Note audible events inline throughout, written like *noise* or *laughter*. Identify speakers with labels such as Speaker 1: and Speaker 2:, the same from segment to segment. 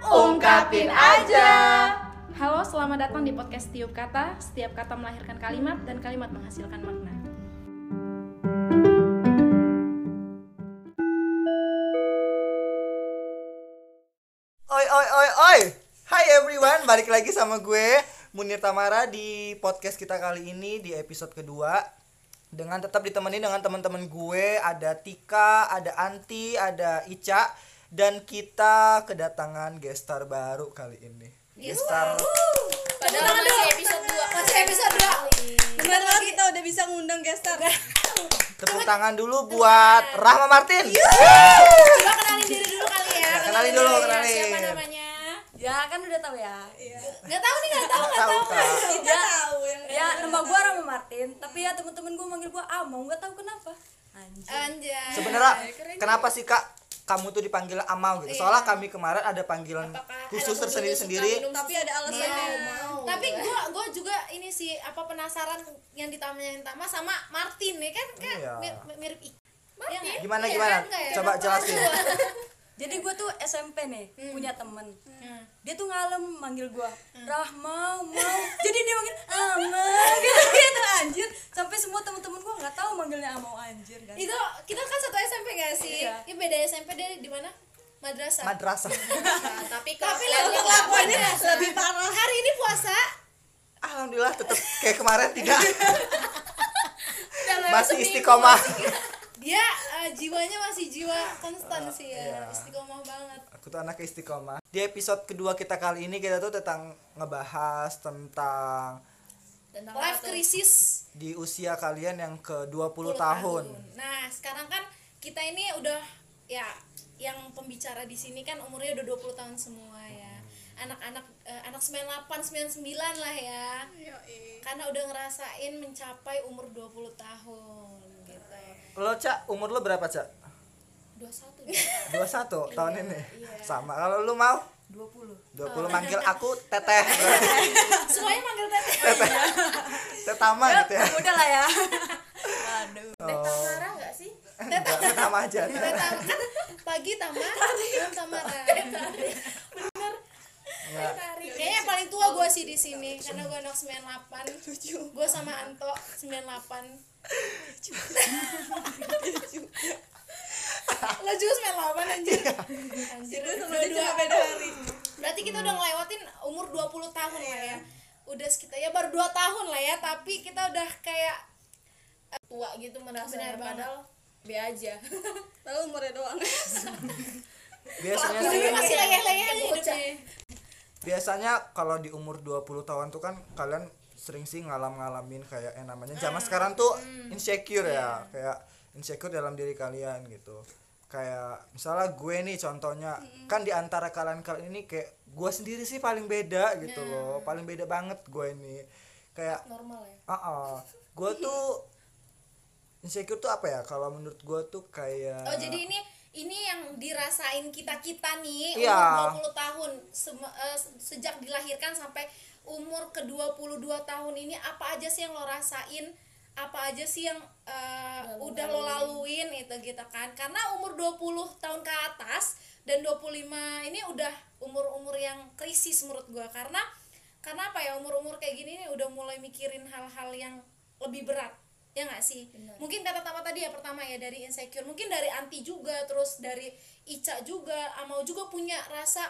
Speaker 1: ungkapin aja.
Speaker 2: Halo, selamat datang di podcast Tiup Kata. Setiap kata melahirkan kalimat dan kalimat menghasilkan makna.
Speaker 3: Oi oi oi oi. Hai everyone, balik lagi sama gue Munir Tamara di podcast kita kali ini di episode kedua dengan tetap ditemani dengan teman-teman gue ada Tika, ada Anti, ada Ica dan kita kedatangan guest star baru kali ini. Guest star
Speaker 4: Padahal masih episode Iya. 2 Masih episode 2 Bener banget kita udah bisa ngundang guest star
Speaker 3: tepuk tangan dulu buat Rahma Martin.
Speaker 4: Coba kenalin diri dulu kali ya
Speaker 3: Ya, kenalin dulu,
Speaker 4: diri ya, Siapa
Speaker 3: kenalin.
Speaker 4: namanya *laughs* Ya kan udah tahu ya Gak tahu nih gak tahu
Speaker 3: Tahu,
Speaker 4: gak tahu
Speaker 3: tahu.
Speaker 4: Kita tahu Ya nama gue Rama Martin Tapi ya temen-temen gue manggil gue Among Gak tahu kenapa Anjay
Speaker 3: Sebenarnya
Speaker 5: Iya,
Speaker 3: kenapa sih Kak kamu tuh dipanggil Amal gitu? Soalnya kami kemarin ada panggilan khusus tersendiri-sendiri.
Speaker 4: Tapi ada alasannya
Speaker 5: tapi gua gua juga ini sih apa penasaran yang ditanyain Tama sama Martin ya kan kan
Speaker 3: Iya.
Speaker 5: mir- mirip ik Martin
Speaker 3: Gimana
Speaker 5: Iya
Speaker 3: gimana?
Speaker 5: kan, nggak ya?
Speaker 3: Coba jelasin.
Speaker 4: Jadi gue tuh SMP nih punya temen Dia tuh ngalem manggil gue Rahma mau Jadi dia manggil Ama *laughs* gitu gitu anjir Sampai semua temen-temen gue nggak tahu manggilnya Amau anjir kan
Speaker 5: itu kita kan satu SMP gak sih
Speaker 4: Iya.
Speaker 5: ini beda SMP dari di mana madrasah *laughs* Nah,
Speaker 3: Madrasah.
Speaker 5: tapi tapi kelakuannya lebih parah hari ini puasa
Speaker 3: Alhamdulillah tetap kayak kemarin
Speaker 5: *laughs*
Speaker 3: tidak
Speaker 5: udah lewat
Speaker 3: masih
Speaker 5: seminggu.
Speaker 3: istiqomah.
Speaker 5: dia eh, jiwanya masih jiwa konstan sih ya
Speaker 3: iya.
Speaker 5: istiqomah banget
Speaker 3: Aku tuh anak istiqomah. Di episode kedua kita kali ini kita tuh tentang ngebahas tentang
Speaker 5: life crisis
Speaker 3: di usia kalian yang ke 20 tahun.
Speaker 5: 10 Nah, sekarang kan kita ini udah ya yang pembicara di sini kan umurnya udah 20 tahun semua ya. Anak-anak eh, anak 98 99 lah ya. Karena udah ngerasain mencapai umur 20 tahun gitu.
Speaker 3: Lo Cak, umur lo berapa Cak?
Speaker 5: 21 Iya,
Speaker 3: 21 tahun ini. Sama. Kalau lu mau
Speaker 4: 20
Speaker 3: 20
Speaker 5: Oh.
Speaker 3: manggil aku teteh.
Speaker 5: *laughs*
Speaker 3: *laughs*
Speaker 5: Semuanya manggil teteh.
Speaker 3: Tetama gitu
Speaker 5: *laughs*
Speaker 3: ya.
Speaker 4: udah lah ya waduh
Speaker 5: Tamara enggak sih?
Speaker 3: Enggak, tetama aja.
Speaker 5: Teteh Tam- kan *laughs* pagi Tamara, malam Tamara.
Speaker 3: Enggak.
Speaker 5: Kayaknya yang paling tua gue sih di sini karena gue anak 98. Gue sama Anto 98. Lo juga 98 anjir. Anjir, dua-dua beda hari. Berarti kita udah ngelewatin umur 20 tahun lah ya. Udah sekitar ya baru 2 tahun lah ya, tapi kita udah kayak eh,
Speaker 6: tua gitu merasa
Speaker 5: Benar banget.
Speaker 6: padahal be
Speaker 5: *laughs*
Speaker 6: aja
Speaker 4: tahu umurnya doang
Speaker 3: Biasanya sih
Speaker 5: hidupnya masih leyeh-leyeh ya. nih hidupnya.
Speaker 3: biasanya kalau di umur 20 tahun tuh kan kalian sering sih ngalam-ngalamin kayak yang namanya zaman
Speaker 5: Hmm.
Speaker 3: sekarang tuh insecure
Speaker 5: Iya.
Speaker 3: ya kayak insecure dalam diri kalian gitu kayak misalnya gue nih contohnya
Speaker 5: Hmm.
Speaker 3: kan di antara kalian kalian ini kayak gue sendiri sih paling beda gitu
Speaker 5: Hmm.
Speaker 3: loh paling beda banget gue ini kayak
Speaker 5: Normal ya.
Speaker 3: ah gue
Speaker 5: *laughs*
Speaker 3: tuh insecure tuh apa ya kalau menurut gue tuh kayak
Speaker 5: Oh, jadi ini ini yang dirasain kita-kita nih
Speaker 3: Iya.
Speaker 5: umur 20 tahun Sem- eh, sejak dilahirkan sampai umur ke-22 tahun ini apa aja sih yang lo rasain? Apa aja sih yang eh, udah lo laluin itu gitu kan? Karena umur 20 tahun ke atas dan 25 ini udah umur-umur yang krisis menurut gua karena karena apa ya umur-umur kayak gini nih udah mulai mikirin hal-hal yang lebih berat ya nggak sih mungkin kata Tama tadi ya pertama ya dari insecure mungkin dari anti juga terus dari Ica juga Amau juga punya rasa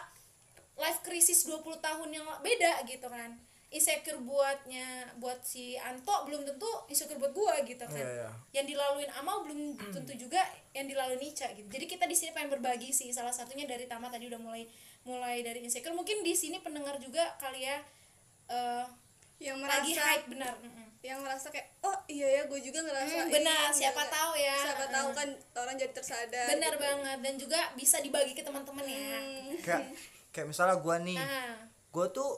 Speaker 5: life crisis 20 tahun yang beda gitu kan insecure buatnya buat si Anto belum tentu insecure buat gua gitu kan
Speaker 3: Iya, iya.
Speaker 5: yang dilaluin Amau belum tentu juga yang dilaluin Ica gitu jadi kita di sini pengen berbagi sih salah satunya dari Tama tadi udah mulai mulai dari insecure mungkin di sini pendengar juga kali ya eh,
Speaker 6: yang
Speaker 5: lagi hype benar Mm-mm.
Speaker 6: yang merasa kayak oh iya ya gue juga ngerasa
Speaker 5: Hmm,
Speaker 6: ini, ini,
Speaker 5: benar siapa
Speaker 6: ini."
Speaker 5: tahu ya
Speaker 6: siapa
Speaker 5: Mm-mm.
Speaker 6: tahu kan orang jadi tersadar
Speaker 5: benar
Speaker 6: gitu.
Speaker 5: banget dan juga bisa dibagi ke teman-teman ya
Speaker 3: kayak kayak misalnya gue nih
Speaker 5: nah
Speaker 3: gue tuh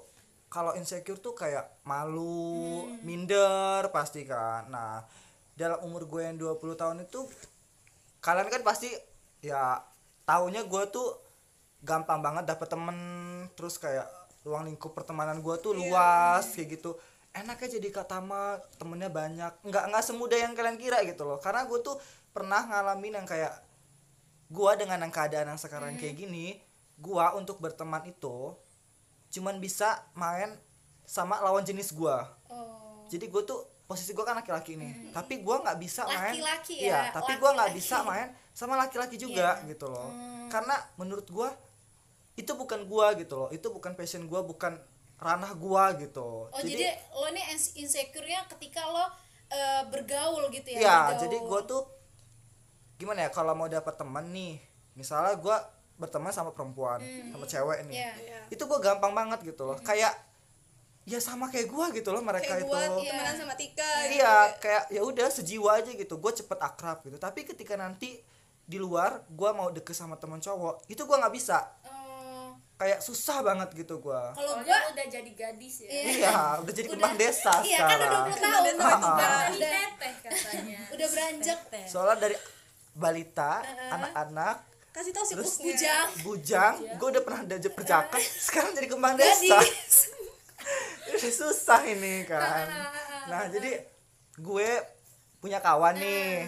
Speaker 3: kalau insecure tuh kayak malu, minder pasti kan. Nah, dalam umur gue yang 20 tahun itu kalian kan pasti ya taunya gue tuh gampang banget dapet temen terus kayak ruang lingkup pertemanan gue tuh luas kayak gitu enaknya jadi kak Tama temennya banyak nggak nggak semudah yang kalian kira gitu loh karena gue tuh pernah ngalamin yang kayak gua dengan yang keadaan yang sekarang kayak gini gua untuk berteman itu cuman bisa main sama lawan jenis gua
Speaker 5: Oh.
Speaker 3: jadi gue tuh posisi gue kan laki-laki nih tapi gue nggak bisa main
Speaker 5: Hmm. Laki-laki
Speaker 3: iya
Speaker 5: ya,
Speaker 3: tapi gue nggak
Speaker 5: laki-laki. Iya. Hmm.
Speaker 3: bisa main sama laki-laki juga gitu loh karena menurut gue itu bukan gue gitu loh itu bukan passion gue bukan ranah gue gitu
Speaker 5: Oh jadi, lo nih ins- insecure-nya ketika lo eh, bergaul gitu ya?
Speaker 3: Iya,
Speaker 5: bergaul.
Speaker 3: jadi gue tuh gimana ya kalau mau dapat teman nih, misalnya gue berteman sama perempuan, sama cewek nih,
Speaker 5: Iya. Hmm.
Speaker 3: itu gue gampang banget gitu loh, kayak ya sama kayak gue gitu loh mereka
Speaker 6: kayak
Speaker 3: itu.
Speaker 6: gua
Speaker 5: iya.
Speaker 6: temenan sama Tika gitu.
Speaker 3: Iya, kayak ya udah sejiwa aja gitu, gue cepet akrab gitu. Tapi ketika nanti di luar gue mau deket sama teman cowok, itu gue nggak bisa,
Speaker 5: Oh,
Speaker 3: kayak susah banget gitu gue.
Speaker 5: kalau
Speaker 1: Soalnya
Speaker 5: gue
Speaker 1: udah jadi gadis ya.
Speaker 3: Iya, udah jadi kembang desa
Speaker 5: iya kan udah
Speaker 3: sekarang.
Speaker 5: 20 tahun
Speaker 6: Udah sama Tika.
Speaker 5: udah,
Speaker 1: Tadi
Speaker 5: udah,
Speaker 1: teteh katanya.
Speaker 5: udah beranjak
Speaker 3: Soalnya dari balita, anak-anak,
Speaker 6: kasih tau sih
Speaker 3: Terus-
Speaker 6: buknya
Speaker 5: jang
Speaker 3: bujang gue udah pernah ada *laughs* perjakan sekarang jadi kembang *laughs* desa Ini susah ini *laughs* kan nah jadi gue punya kawan nih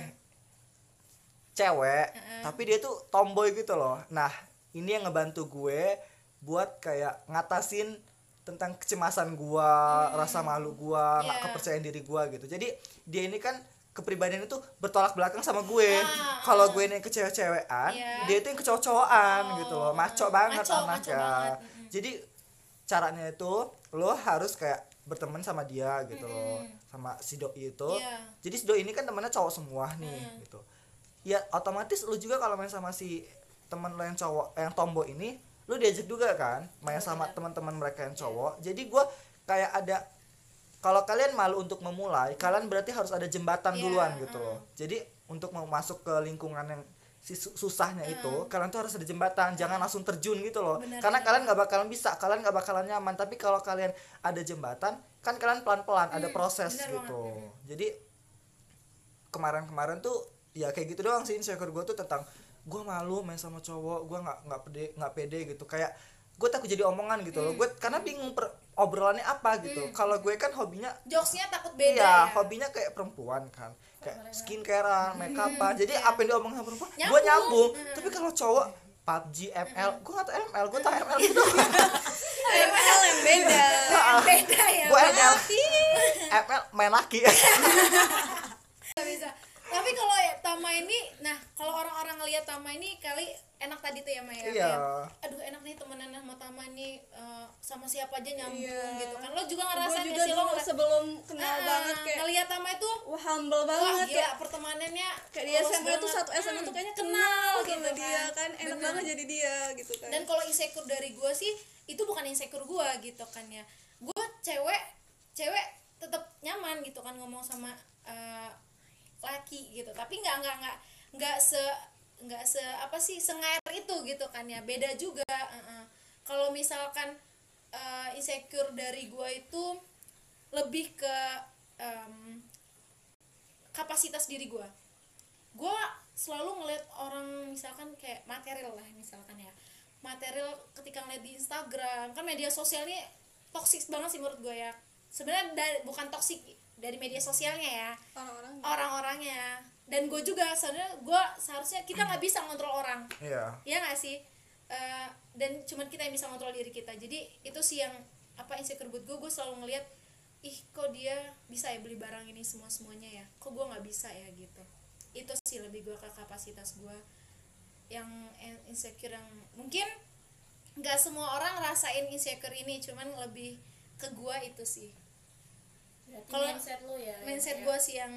Speaker 3: cewek tapi dia tuh tomboy gitu loh nah ini yang ngebantu gue buat kayak ngatasin tentang kecemasan gue rasa malu gue nggak
Speaker 5: Iya.
Speaker 3: kepercayaan diri gue gitu jadi dia ini kan kepribadian itu bertolak belakang sama gue kalau gue ini yang kecewa-cewean
Speaker 5: Ah, Iya. Oh,
Speaker 3: dia itu yang kecocokan gitu loh maco banget
Speaker 5: Maco, maco
Speaker 3: anaknya
Speaker 5: banget.
Speaker 3: jadi caranya itu lo harus kayak berteman sama dia gitu loh sama si doi itu
Speaker 5: Iya. Mm.
Speaker 3: jadi si doi ini kan temennya cowok semua nih gitu ya otomatis lu juga kalau main sama si temen lo yang cowok yang tomboy ini lu diajak juga kan main
Speaker 5: Iya,
Speaker 3: sama teman-teman mereka yang cowok jadi gua kayak ada kalau kalian malu untuk memulai kalian berarti harus ada jembatan
Speaker 5: Iya,
Speaker 3: duluan gitu loh jadi untuk mau masuk ke lingkungan yang si su- susahnya itu kalian tuh harus ada jembatan jangan langsung terjun gitu loh karena kalian nggak bakalan bisa kalian nggak bakalan nyaman tapi kalau kalian ada jembatan kan kalian pelan-pelan ada proses
Speaker 5: bener
Speaker 3: gitu jadi kemarin-kemarin tuh ya kayak gitu doang sih insecure gue tuh tentang gue malu main sama cowok gue nggak nggak pede nggak pede gitu kayak gue takut jadi omongan gitu loh gue karena bingung per, obrolannya apa gitu kalau gue kan hobinya
Speaker 5: jokesnya takut beda
Speaker 3: iya
Speaker 5: ya
Speaker 3: hobinya kayak perempuan kan kayak skincarean makeupan jadi apa yang diomongin sama perempuan gue
Speaker 5: Iya. Nyambung.
Speaker 3: nyambung tapi kalau cowok PUBG ML gue nggak tau ML gue tau
Speaker 5: *laughs*
Speaker 3: ML gitu
Speaker 6: ML yang beda
Speaker 5: beda ya
Speaker 3: gue ML ML main
Speaker 5: *laughs*
Speaker 3: laki
Speaker 5: nggak bisa tapi kalau ya, Tama ini nah kalau orang-orang ngelihat Tama ini kali enak tadi tuh ya Maya
Speaker 3: Iya.
Speaker 5: Kayak, aduh enak nih temenan sama Tama nih eh, sama siapa aja nyambung
Speaker 6: Iya.
Speaker 5: gitu kan lo juga
Speaker 6: gua
Speaker 5: ngerasain
Speaker 6: juga
Speaker 5: gak sih lo
Speaker 6: dulu
Speaker 5: ngeliat-
Speaker 6: sebelum kenal
Speaker 5: Ah,
Speaker 6: banget kayak
Speaker 5: ngeliat Tama itu
Speaker 6: wah humble
Speaker 5: wah
Speaker 6: banget
Speaker 5: gila
Speaker 6: ya
Speaker 5: pertemanannya
Speaker 6: kayak dia
Speaker 5: polos
Speaker 6: SMA tuh
Speaker 5: banget.
Speaker 6: satu SMA
Speaker 5: Hmm,
Speaker 6: tuh kayaknya kenal
Speaker 5: gitu
Speaker 6: sama
Speaker 5: kan.
Speaker 6: dia kan enak banget jadi dia gitu kan
Speaker 5: dan kalau insecure dari gue sih itu bukan insecure gue gitu kan ya gue cewek cewek tetap nyaman gitu kan ngomong sama eh, laki gitu tapi nggak nggak nggak nggak se nggak se apa sih sengair itu gitu kan ya beda juga eh-eh. kalau misalkan eh, insecure dari gue itu lebih ke em, kapasitas diri gue gue selalu ngeliat orang misalkan kayak material lah misalkan ya material ketika ngeliat di Instagram kan media sosial ini toksis banget sih menurut gue ya sebenarnya da- bukan toksik dari media sosialnya ya
Speaker 6: orang-orang
Speaker 5: orang-orangnya dan gue juga sebenarnya gue seharusnya kita nggak bisa ngontrol orang
Speaker 3: iya
Speaker 5: ya nggak sih Eh, dan cuman kita yang bisa ngontrol diri kita jadi itu sih yang apa insecure buat gue gue selalu ngelihat ih kok dia bisa ya beli barang ini semua semuanya ya kok gue nggak bisa ya gitu itu sih lebih gue ke kapasitas gue yang en- insecure yang mungkin nggak semua orang rasain insecure ini cuman lebih ke gue itu sih
Speaker 1: Berarti
Speaker 5: Kalau-
Speaker 1: mindset lo ya.
Speaker 5: mindset
Speaker 1: yang
Speaker 5: gue sih yang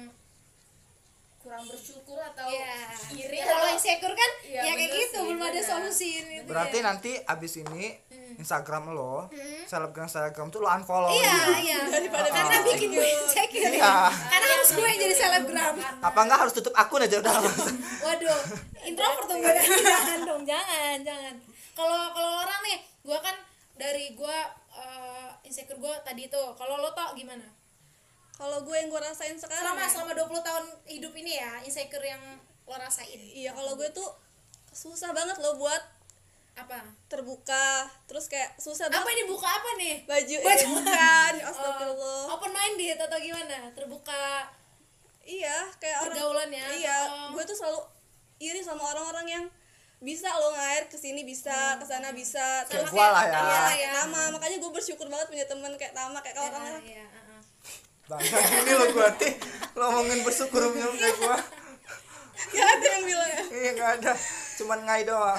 Speaker 1: kurang bersyukur atau
Speaker 5: ya
Speaker 1: iri
Speaker 5: kalau
Speaker 1: atau-
Speaker 5: insecure kan
Speaker 1: Iya,
Speaker 5: ya kayak
Speaker 1: bener
Speaker 5: gitu
Speaker 1: sih,
Speaker 5: belum ada
Speaker 1: bener.
Speaker 5: solusi ini tuh
Speaker 3: berarti
Speaker 5: ya.
Speaker 3: nanti abis ini Instagram lo selebgram selebgram tuh lo unfollow
Speaker 5: Mm. iya
Speaker 3: gitu.
Speaker 5: iya
Speaker 1: *laughs*
Speaker 3: Daripada
Speaker 5: karena
Speaker 3: bikin
Speaker 5: bikin gue insecure
Speaker 3: Iya.
Speaker 5: karena harus gue yang jadi selebgram
Speaker 3: apa enggak harus tutup akun aja
Speaker 5: *laughs*
Speaker 3: udah
Speaker 5: waduh introvert dong
Speaker 1: *laughs*
Speaker 5: gue jangan dong jangan jangan kalau kalau orang nih gue kan dari gue eh, insecure gue tadi itu kalau lo tau gimana
Speaker 6: kalau gue yang gue rasain sekarang
Speaker 1: Iya.
Speaker 6: ya,
Speaker 5: selama selama 20 tahun hidup ini ya insecure yang lo rasain
Speaker 6: iya kalau gue tuh susah banget loh buat
Speaker 5: apa
Speaker 6: terbuka terus kayak susah
Speaker 5: apa
Speaker 6: banget
Speaker 5: ini buka apa nih
Speaker 6: baju
Speaker 5: Baju.
Speaker 6: eh, bukan astagfirullah
Speaker 5: Eh, open minded atau gimana terbuka
Speaker 6: iya kayak orang
Speaker 5: Pergaulan ya?
Speaker 6: iya
Speaker 5: Oh.
Speaker 6: gue tuh selalu iri sama orang-orang yang bisa lo ngair kesini
Speaker 5: Hmm.
Speaker 6: bisa kesana bisa
Speaker 3: Kayak
Speaker 6: Sama
Speaker 3: gua lah ya.
Speaker 6: Tama,
Speaker 5: Iya,
Speaker 6: kayak Tama makanya gue bersyukur banget punya temen kayak Tama kayak kalau Tama
Speaker 5: Iya, heeh.
Speaker 3: Bangsa ini lo gue hati lo ngomongin bersyukur
Speaker 5: Iya.
Speaker 3: mulu kayak gue
Speaker 6: gak ada yang bilang *laughs* ya
Speaker 3: iya nggak ada cuman ngai
Speaker 5: *laughs*
Speaker 3: doang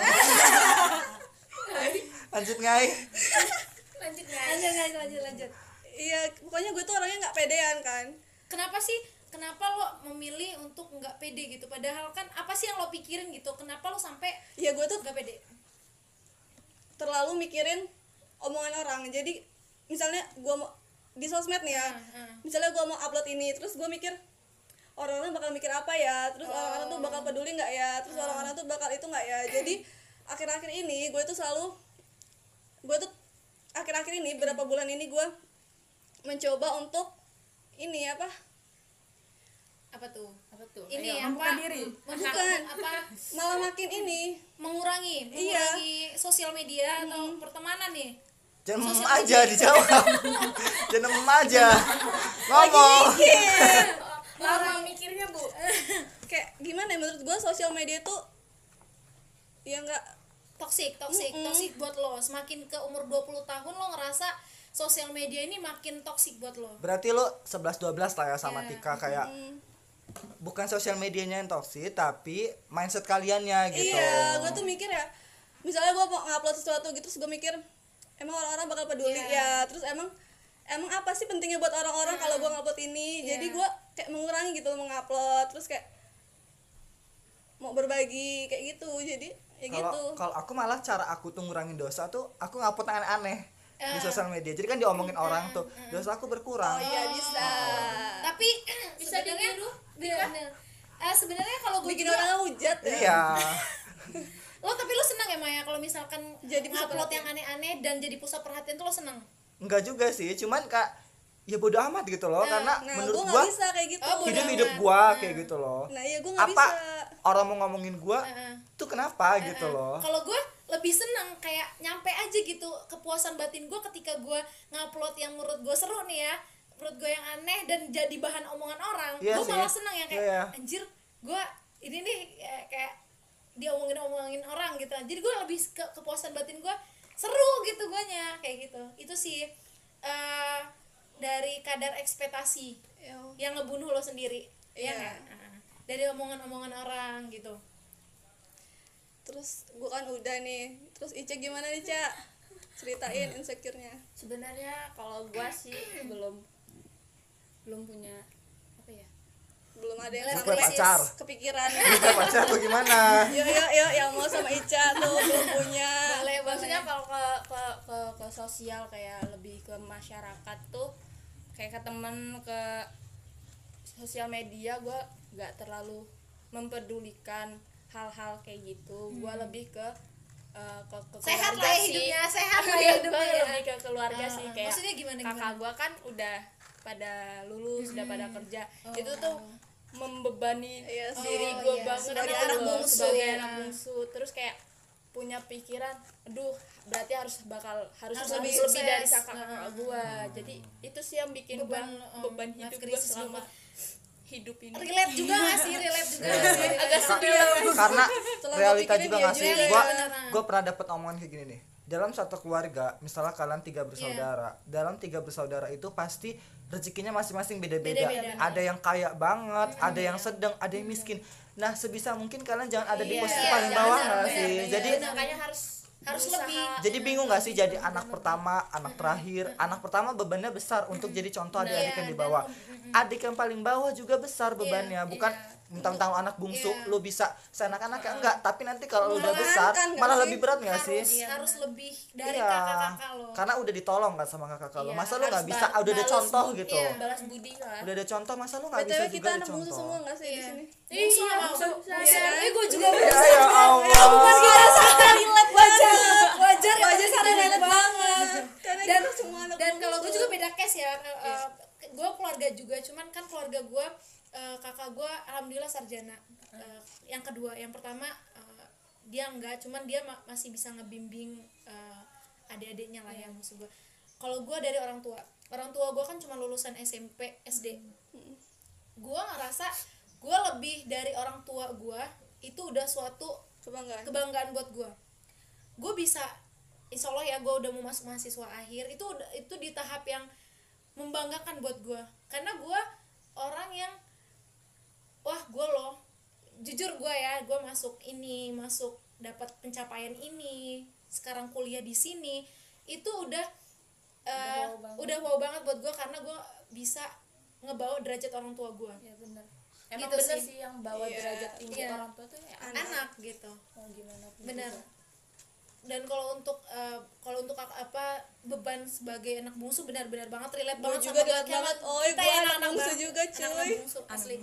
Speaker 3: lanjut ngai
Speaker 5: lanjut guys
Speaker 4: lanjut lanjut lanjut lanjut
Speaker 6: iya pokoknya gue tuh orangnya nggak pedean kan
Speaker 5: kenapa sih kenapa lo memilih untuk nggak pede gitu padahal kan apa sih yang lo pikirin gitu kenapa lo sampai
Speaker 6: iya gue tuh
Speaker 5: nggak pede
Speaker 6: terlalu mikirin omongan orang jadi misalnya gue mau di sosmed nih ya misalnya gue mau upload ini terus gue mikir orang-orang bakal mikir apa ya terus orang-orang tuh bakal peduli nggak ya terus orang-orang tuh bakal itu nggak ya jadi akhir-akhir ini gue tuh selalu gue tuh akhir-akhir ini berapa bulan ini gue mencoba untuk ini apa
Speaker 5: apa tuh
Speaker 1: apa tuh
Speaker 5: ini
Speaker 1: Ayo,
Speaker 5: apa
Speaker 1: membuka diri
Speaker 5: membuka-
Speaker 6: Bukan.
Speaker 5: apa
Speaker 6: malah makin ini
Speaker 5: mengurangi
Speaker 6: Iya.
Speaker 5: mengurangi sosial media atau pertemanan nih
Speaker 3: jangan mem aja dijawab jangan mem aja ngomong
Speaker 1: lama mikirnya bu
Speaker 6: kayak gimana ya menurut gue sosial media tuh ya nggak
Speaker 5: toxic toxic toxic buat lo semakin ke umur 20 tahun lo ngerasa sosial media ini makin toxic buat lo
Speaker 3: berarti lo 11 12 lah ya
Speaker 6: Iya.
Speaker 3: sama Tika kayak bukan sosial medianya yang toksik tapi mindset kaliannya gitu
Speaker 6: Iya, gue tuh mikir ya, misalnya gue mau ngupload sesuatu gitu, terus gue mikir emang orang-orang bakal peduli
Speaker 5: Iya.
Speaker 6: ya, terus emang emang apa sih pentingnya buat orang-orang kalau
Speaker 5: Hmm.
Speaker 6: gue ngupload ini?
Speaker 5: Iya.
Speaker 6: Jadi gue kayak mengurangi gitu mengupload, terus kayak mau berbagi kayak gitu, jadi ya gitu.
Speaker 3: kalau kalau aku malah cara aku tuh ngurangin dosa tuh aku ngapot aneh-aneh di
Speaker 6: Eh.
Speaker 3: sosial media jadi kan diomongin orang tuh dosa aku berkurang
Speaker 6: Iya bisa.
Speaker 5: tapi *clears throat* bisa sebenarnya bener Eh, sebenarnya kalau
Speaker 6: iya.
Speaker 5: gue
Speaker 6: Bikin orang hujat ya.
Speaker 3: iya
Speaker 5: lo tapi lo seneng ya Maya kalau misalkan
Speaker 6: Jadi
Speaker 5: jadi
Speaker 6: pusat
Speaker 5: upload yang aneh-aneh dan jadi pusat perhatian tuh lo seneng
Speaker 3: enggak juga sih cuman kak ya bodo amat gitu loh karena
Speaker 6: Nah, gue
Speaker 3: menurut
Speaker 6: nggak
Speaker 3: gua
Speaker 6: bisa kayak gitu.
Speaker 5: Oh, bodoh.
Speaker 3: hidup hidup gua kayak gitu loh
Speaker 6: Nah, iya gue nggak
Speaker 3: apa
Speaker 6: bisa.
Speaker 3: orang mau ngomongin gua tuh kenapa gitu loh
Speaker 5: kan? kalau gue lebih seneng kayak nyampe aja gitu kepuasan batin gue ketika gue ngupload yang menurut gue seru nih ya menurut gue yang aneh dan jadi bahan omongan orang
Speaker 3: Iya
Speaker 5: gue
Speaker 3: sih.
Speaker 5: malah seneng yang kayak
Speaker 3: Iya, iya.
Speaker 5: anjir gue ini nih eh, kayak diomongin omongin orang gitu jadi gue lebih ke kepuasan batin gue seru gitu guanya kayak gitu itu sih eh, dari kadar ekspektasi yang ngebunuh lo sendiri ya
Speaker 6: Iya.
Speaker 5: nggak? Ah, dari omongan-omongan orang gitu
Speaker 6: Terus gue kan udah nih, terus Ica gimana nih Ca?
Speaker 5: *laughs*
Speaker 6: Ceritain insecure-nya.
Speaker 1: sebenarnya kalau gua sih belum belum punya apa ya
Speaker 6: belum ada yang
Speaker 3: Bukan
Speaker 6: sampai
Speaker 3: pacar.
Speaker 6: kepikiran
Speaker 3: Bukan pacar atau
Speaker 6: *laughs*
Speaker 3: gimana
Speaker 6: yo yo yo yang mau sama Ica tuh belum punya
Speaker 1: boleh maksudnya kalau ke, ke ke ke sosial kayak lebih ke masyarakat tuh kayak ke temen ke sosial media gue nggak terlalu mempedulikan hal-hal kayak gitu gua
Speaker 6: Hmm.
Speaker 1: lebih ke eh, ke, ke
Speaker 5: sehat
Speaker 1: keluarga
Speaker 5: lah ya
Speaker 1: sih. *laughs*
Speaker 5: hidupnya sehat lah ya
Speaker 1: kayak
Speaker 5: hidupnya ya.
Speaker 1: lebih ke keluarga sih
Speaker 5: Ah,
Speaker 1: kayak
Speaker 5: maksudnya gimana,
Speaker 1: kakak gue kan udah pada lulus udah pada kerja itu tuh membebani
Speaker 6: Oh, Iya sih.
Speaker 1: diri
Speaker 5: Oh,
Speaker 1: gue
Speaker 5: iya.
Speaker 1: banget
Speaker 5: Sebagai
Speaker 1: gitu
Speaker 5: anak
Speaker 1: loh,
Speaker 5: bungsu.
Speaker 1: sebagai
Speaker 6: iya.
Speaker 1: anak
Speaker 5: Ah.
Speaker 1: bungsu terus kayak punya pikiran aduh berarti harus bakal harus,
Speaker 5: Harus
Speaker 1: lebih
Speaker 5: lebih
Speaker 1: lebih dari
Speaker 5: sukses.
Speaker 1: kakak kakak gue jadi itu sih yang bikin beban
Speaker 6: eh,
Speaker 1: beban hidup gue
Speaker 5: krisis
Speaker 1: selama hidup ini
Speaker 5: relate juga gak sih relate juga nggak sih
Speaker 1: agak sedih
Speaker 3: karena
Speaker 6: Setelah
Speaker 3: realita
Speaker 6: dipikirin
Speaker 3: juga
Speaker 6: dia
Speaker 3: nggak sih
Speaker 5: juga.
Speaker 3: gua
Speaker 5: Iya,
Speaker 3: gua pernah dapet omongan kayak gini nih dalam satu keluarga misalnya kalian tiga bersaudara dalam tiga bersaudara itu pasti rezekinya masing-masing beda-beda ada yang kaya banget ada yang sedang ada yang miskin nah sebisa mungkin kalian jangan ada di posisi
Speaker 5: Iya,
Speaker 3: paling
Speaker 5: jangan,
Speaker 3: bawah
Speaker 5: jangan,
Speaker 3: nggak
Speaker 5: benar,
Speaker 3: sih
Speaker 5: benar.
Speaker 3: jadi
Speaker 5: makanya harus harus lebih
Speaker 3: jadi bingung nggak sih jadi anak pertama anak terakhir anak pertama bebannya besar untuk jadi contoh adik-adik yang di bawah adik yang paling bawah juga besar bebannya bukan mentang-mentang lo anak bungsu lo bisa seenak-enak ya enggak tapi nanti kalau lo udah besar
Speaker 6: Melelahkan nggak
Speaker 3: malah
Speaker 6: sih?
Speaker 3: lebih berat nggak sih
Speaker 5: harus
Speaker 1: iya.
Speaker 5: harus lebih dari
Speaker 3: Iya.
Speaker 5: kakak-kakak lo
Speaker 3: karena udah ditolong kan sama kakak lo
Speaker 1: Iya,
Speaker 3: masa lo nggak
Speaker 1: harus
Speaker 3: bisa
Speaker 1: ba-
Speaker 3: ah, udah ada
Speaker 1: balas
Speaker 3: contoh
Speaker 1: budi,
Speaker 3: gitu
Speaker 1: iya, balas budi lah
Speaker 3: udah ada contoh masa lo nggak
Speaker 6: btw
Speaker 3: bisa
Speaker 6: kita
Speaker 3: juga
Speaker 6: anak bungsu semua
Speaker 3: dicontoh
Speaker 6: nggak sih di sini
Speaker 5: Iya,
Speaker 1: bungsu.
Speaker 5: iya. Eh, gue juga
Speaker 3: ya,
Speaker 5: bungsu.
Speaker 3: ya Allah
Speaker 6: *laughs*
Speaker 5: Wajar, wajar, ya,
Speaker 6: Iya, Wajar
Speaker 5: karena
Speaker 6: sadar
Speaker 5: relate
Speaker 6: relate banget karena
Speaker 5: dan
Speaker 6: kita semua anak
Speaker 5: dan
Speaker 6: bungsu.
Speaker 5: kalau gue juga beda case ya gue keluarga juga cuman kan keluarga gue kakak gue alhamdulillah sarjana Eh, yang kedua yang pertama eh, dia enggak cuman dia ma- masih bisa ngebimbing eh, adik-adiknya lah ya maksud gue kalau gue dari orang tua orang tua gue kan cuma lulusan SMP SD gue ngerasa gue lebih dari orang tua gue itu udah suatu
Speaker 6: kebanggaan
Speaker 5: kebanggaan buat gue gue bisa insya Allah ya gue udah mau masuk mahasiswa akhir itu udah- itu di tahap yang membanggakan buat gue karena gue orang yang wah gue loh jujur gue ya gue masuk ini masuk dapat pencapaian ini sekarang kuliah di sini itu udah eh, udah wow banget buat gue karena gue bisa ngebawa derajat orang tua gue
Speaker 1: ya bener emang
Speaker 5: Gitu
Speaker 1: bener
Speaker 5: sih.
Speaker 1: sih. yang bawa
Speaker 6: Iya,
Speaker 1: derajat tinggi
Speaker 5: iya.
Speaker 1: orang tua tuh ya
Speaker 5: anak, gitu
Speaker 1: mau gimana pun
Speaker 5: benar
Speaker 1: juga.
Speaker 5: dan kalau untuk eh, kalau untuk apa- apa beban sebagai anak bungsu benar-benar banget relate
Speaker 6: Gua
Speaker 5: banget
Speaker 6: juga
Speaker 5: sama
Speaker 6: relate
Speaker 5: kita-
Speaker 6: banget. Oi, gua
Speaker 5: kita ya
Speaker 6: anak
Speaker 5: anak-anak
Speaker 6: bungsu
Speaker 5: bang-
Speaker 6: juga,
Speaker 5: anak-anak
Speaker 6: cuy.
Speaker 5: bungsu asli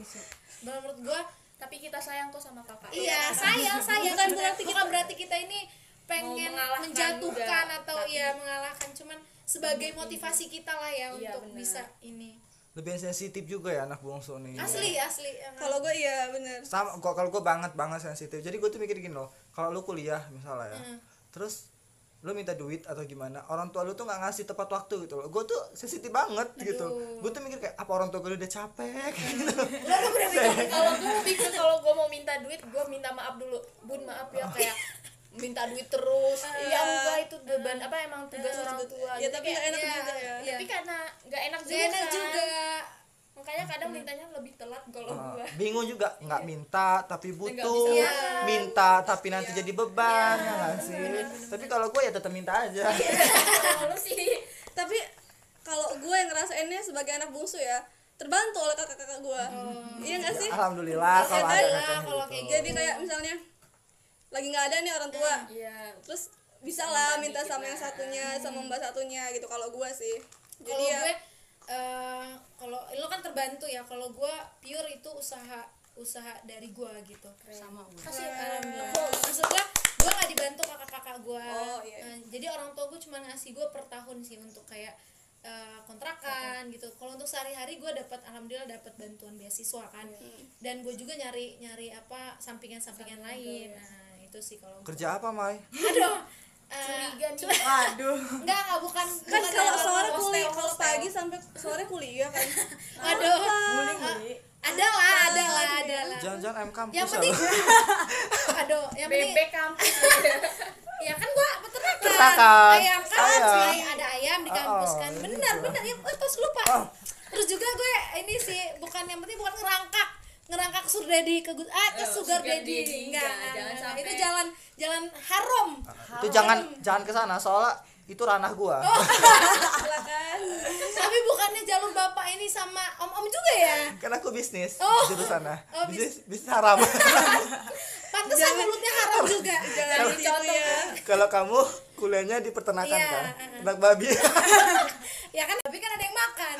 Speaker 5: menurut gue
Speaker 1: tapi kita sayang kok sama kakak
Speaker 5: iya sayang sayang kan berarti bukan berarti kita ini pengen
Speaker 1: mengalahkan
Speaker 5: menjatuhkan
Speaker 1: juga,
Speaker 5: atau
Speaker 1: tapi-
Speaker 5: ya mengalahkan cuman sebagai motivasi kita lah
Speaker 1: Iya,
Speaker 5: ya untuk
Speaker 1: benar.
Speaker 5: bisa ini
Speaker 3: lebih sensitif juga ya anak bungsu nih
Speaker 5: asli asli emang.
Speaker 6: kalau gue iya bener
Speaker 3: sama gua kalau gue banget banget sensitif jadi gue tuh mikir gini loh kalau lu kuliah misalnya ya
Speaker 5: Hmm.
Speaker 3: terus lu minta duit atau gimana orang tua lu tuh nggak ngasih tepat waktu gitu loh gue tuh sensitif banget gitu gue tuh mikir kayak apa orang tua gue udah capek
Speaker 5: Hmm.
Speaker 3: gitu
Speaker 5: *laughs*
Speaker 1: kalau gue mau bikin kalau gue mau minta duit gue minta maaf dulu bun maaf
Speaker 6: Oh.
Speaker 1: ya kayak minta duit terus
Speaker 6: Ah,
Speaker 1: iya enggak itu beban apa emang tugas orang tua
Speaker 6: ya
Speaker 1: Jadi
Speaker 6: tapi
Speaker 1: kayak-
Speaker 6: nggak enak
Speaker 5: iya,
Speaker 6: juga ya
Speaker 5: iya.
Speaker 1: tapi karena nggak enak juga
Speaker 5: Gak enak
Speaker 1: kan.
Speaker 5: juga
Speaker 1: makanya
Speaker 6: Hmm.
Speaker 1: kadang mintanya lebih telat kalau gue
Speaker 3: Oh, bingung juga nggak minta tapi butuh
Speaker 5: Iya. bisa. Iya.
Speaker 3: minta tapi nanti jadi beban ya nggak sih tapi kalau gue ya tetap minta aja
Speaker 5: Iya
Speaker 1: kalau lu sih
Speaker 6: tapi kalau gue yang ngerasainnya sebagai anak bungsu ya terbantu oleh kakak-kakak gue
Speaker 5: Oh.
Speaker 6: iya nggak sih
Speaker 3: alhamdulillah kalau ada
Speaker 6: Alhamdulillah
Speaker 3: kakaknya
Speaker 5: Iya kalau
Speaker 3: gitu.
Speaker 5: kayak
Speaker 6: jadi kayak misalnya lagi nggak ada nih orang tua
Speaker 1: iya
Speaker 6: terus bisa lah minta sama yang satunya sama mbak satunya gitu kalau gue sih jadi
Speaker 5: kalau
Speaker 6: ya
Speaker 5: gue eh, kalau lo kan terbantu ya kalau gue pure itu usaha usaha dari gue gitu
Speaker 4: sama gue
Speaker 5: kasih alhamdulillah maksud gue gue nggak dibantu kakak-kakak gue
Speaker 6: Oh, iya.
Speaker 5: Eh, jadi orang tua gue cuma ngasih gue per tahun sih untuk kayak eh, kontrakan gitu kalau untuk sehari-hari gue dapat alhamdulillah dapat bantuan beasiswa kan
Speaker 6: Iya.
Speaker 5: dan gue juga nyari nyari apa sampingan-sampingan lain
Speaker 6: iya.
Speaker 5: nah itu sih kalau
Speaker 3: kerja apa Mai
Speaker 5: curiga aduh enggak enggak bukan
Speaker 6: kan
Speaker 5: bukan
Speaker 6: kalau
Speaker 5: apa-apa,
Speaker 6: sore
Speaker 5: hostel,
Speaker 6: kuliah kalau
Speaker 5: hostel.
Speaker 6: pagi sampai sore kuliah
Speaker 5: *laughs*
Speaker 6: kan
Speaker 5: aduh Ah, ada lah ada lah ada lah
Speaker 3: jangan-jangan MK
Speaker 5: yang
Speaker 3: kampus *laughs*
Speaker 5: penting aduh yang penting
Speaker 1: bebek kampus
Speaker 4: *laughs*
Speaker 5: ya kan gua peternak
Speaker 3: Peternakan.
Speaker 5: ayam kan
Speaker 3: Ayam.
Speaker 5: cuy. ada ayam di kampus kan
Speaker 3: Oh,
Speaker 5: bener bener ya oh, terus lupa terus juga gue ini sih bukan yang penting bukan ngerangkak ngerangkak sugar daddy ke gu- ah ke sugar, daddy, enggak, enggak, enggak. itu jalan jalan
Speaker 3: *laughs*
Speaker 5: haram
Speaker 3: itu jangan jangan ke sana soalnya itu ranah gua
Speaker 5: Oh.
Speaker 3: *laughs*
Speaker 5: tapi bukannya jalur bapak ini sama om om juga ya
Speaker 3: kan aku bisnis
Speaker 5: Oh.
Speaker 3: jurusannya
Speaker 5: Oh,
Speaker 3: bisnis bisnis haram *laughs*
Speaker 5: pantesan mulutnya haram juga
Speaker 6: jangan dicontoh ya
Speaker 3: kalau kamu kuliahnya di peternakan
Speaker 5: Iya,
Speaker 3: kan
Speaker 5: uh-uh.
Speaker 3: peternak
Speaker 5: *laughs*
Speaker 3: babi
Speaker 5: ya kan tapi kan ada yang makan